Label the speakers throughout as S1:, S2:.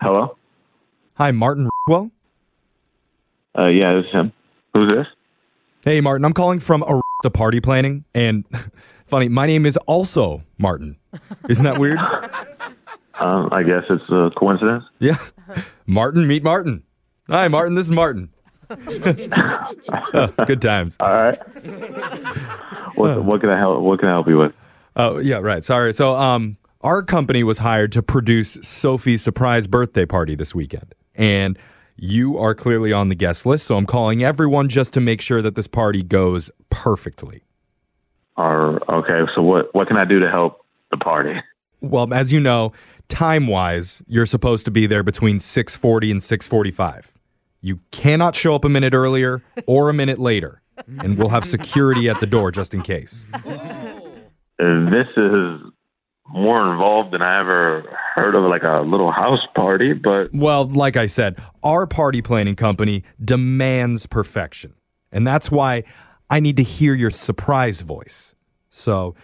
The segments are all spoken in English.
S1: Hello?
S2: Hi, Martin Well,
S1: Uh, yeah, this is him. Who's this?
S2: Hey, Martin. I'm calling from a to party planning. And funny, my name is also Martin. Isn't that weird?
S1: Um, I guess it's a coincidence.
S2: Yeah. Martin, meet Martin. Hi, Martin. This is Martin. Oh, good times.
S1: All right. What, what can I help? What can I help you with?
S2: Oh, yeah, right. Sorry. So, um, our company was hired to produce Sophie's surprise birthday party this weekend. And you are clearly on the guest list. So, I'm calling everyone just to make sure that this party goes perfectly.
S1: Or okay, so what? What can I do to help the party?
S2: Well, as you know, time-wise, you're supposed to be there between 6:40 and 6:45. You cannot show up a minute earlier or a minute later, and we'll have security at the door just in case.
S1: Uh, This is more involved than I ever heard of, like a little house party. But
S2: Well, like I said, our party planning company demands perfection. And that's why I need to hear your surprise voice. So,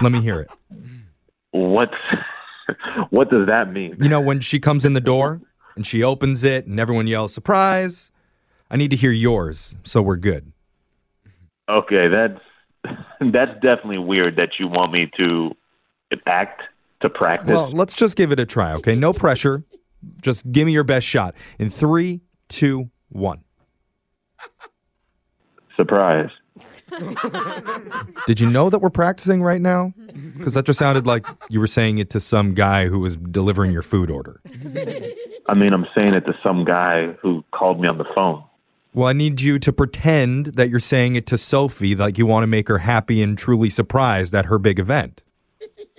S2: let me hear it.
S1: what? what does that mean?
S2: You know when she comes in the door and she opens it and everyone yells surprise, I need to hear yours so we're good.
S1: Okay, that's that's definitely weird that you want me to act to practice.
S2: Well, let's just give it a try, okay? No pressure. Just give me your best shot. In three, two, one.
S1: Surprise.
S2: Did you know that we're practicing right now? Because that just sounded like you were saying it to some guy who was delivering your food order.
S1: I mean, I'm saying it to some guy who called me on the phone.
S2: Well, I need you to pretend that you're saying it to Sophie, like you want to make her happy and truly surprised at her big event.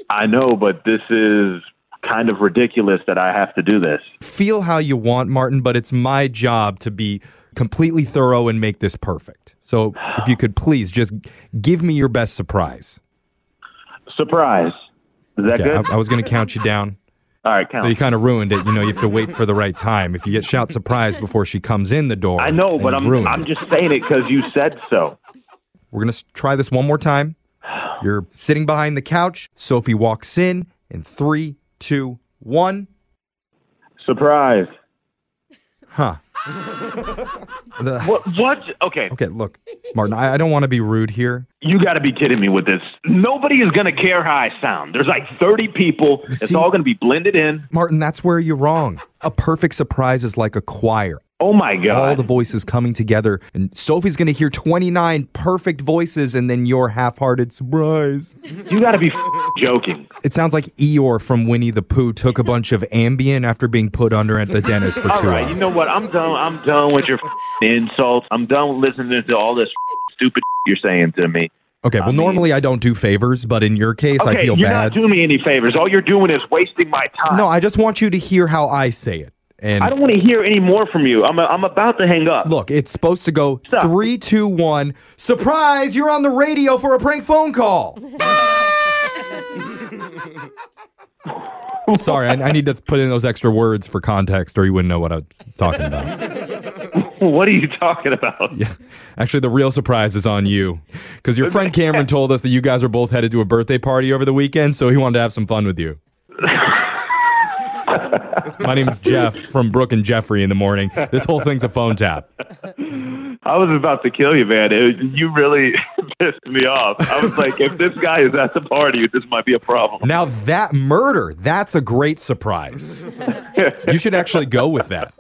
S1: I know, but this is kind of ridiculous that I have to do this.
S2: Feel how you want, Martin, but it's my job to be completely thorough and make this perfect. So if you could please just give me your best surprise.
S1: Surprise. Is that
S2: Yeah,
S1: good?
S2: I, I was going to count you down.
S1: All right, count.
S2: So you kind of ruined it. You know, you have to wait for the right time. If you get shout surprise before she comes in the door,
S1: I know,
S2: then
S1: but
S2: you've
S1: I'm
S2: ruined
S1: I'm
S2: it.
S1: just saying it because you said so.
S2: We're gonna s- try this one more time. You're sitting behind the couch. Sophie walks in in three, two, one.
S1: Surprise.
S2: Huh. The-
S1: What? What? Okay,
S2: okay, look, Martin. I, I don't want to be rude here.
S1: you got to be kidding me with this. Nobody is gonna care how I sound. There's like 30 people. it's
S2: See-
S1: all gonna be blended in.
S2: Martin, that's where you're wrong. A perfect surprise is like a choir.
S1: Oh my
S2: All
S1: god.
S2: the voices coming together, and Sophie's gonna hear 29 perfect voices, and then your half-hearted surprise.
S1: you got to be joking.
S2: It sounds like Eeyore from Winnie the Pooh took a bunch of Ambien after being put under at the dentist for
S1: All
S2: two
S1: right, you
S2: hours.
S1: know what? I'm done. I'm done with your insults. I'm done listening to all this stupid you're saying to me.
S2: Okay, well,
S1: mean-
S2: normally I don't do favors, but in your case,
S1: Okay,
S2: I feel
S1: you're
S2: bad.
S1: not doing me any favors. All you're doing is wasting my time.
S2: no, I just want you to hear how I say it. And
S1: I don't want to hear any more from you. I'm, I'm about to hang up.
S2: look, it's supposed to go
S1: Stop.
S2: three, two, one. Surprise! You're on the radio for a prank phone call. Sorry, I, I need to put in those extra words for context, or you wouldn't know what I was talking about.
S1: What are you talking about?
S2: Actually, the real surprise is on you because your friend Cameron told us that you guys are both headed to a birthday party over the weekend, so he wanted to have some fun with you. My name's Jeff from Brooke and Jeffrey in the morning. This whole thing's a phone tap.
S1: I was about to kill you, man. It- you really pissed me off. I was like, if this guy is at the party, this might be a problem.
S2: Now, that murder, that's a great surprise. You should actually go with that.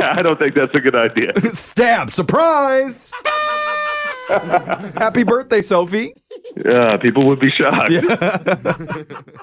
S1: I don't think that's a good idea.
S2: Stab, surprise! Happy birthday, Sophie.
S1: Uh, Yeah, people would be shocked.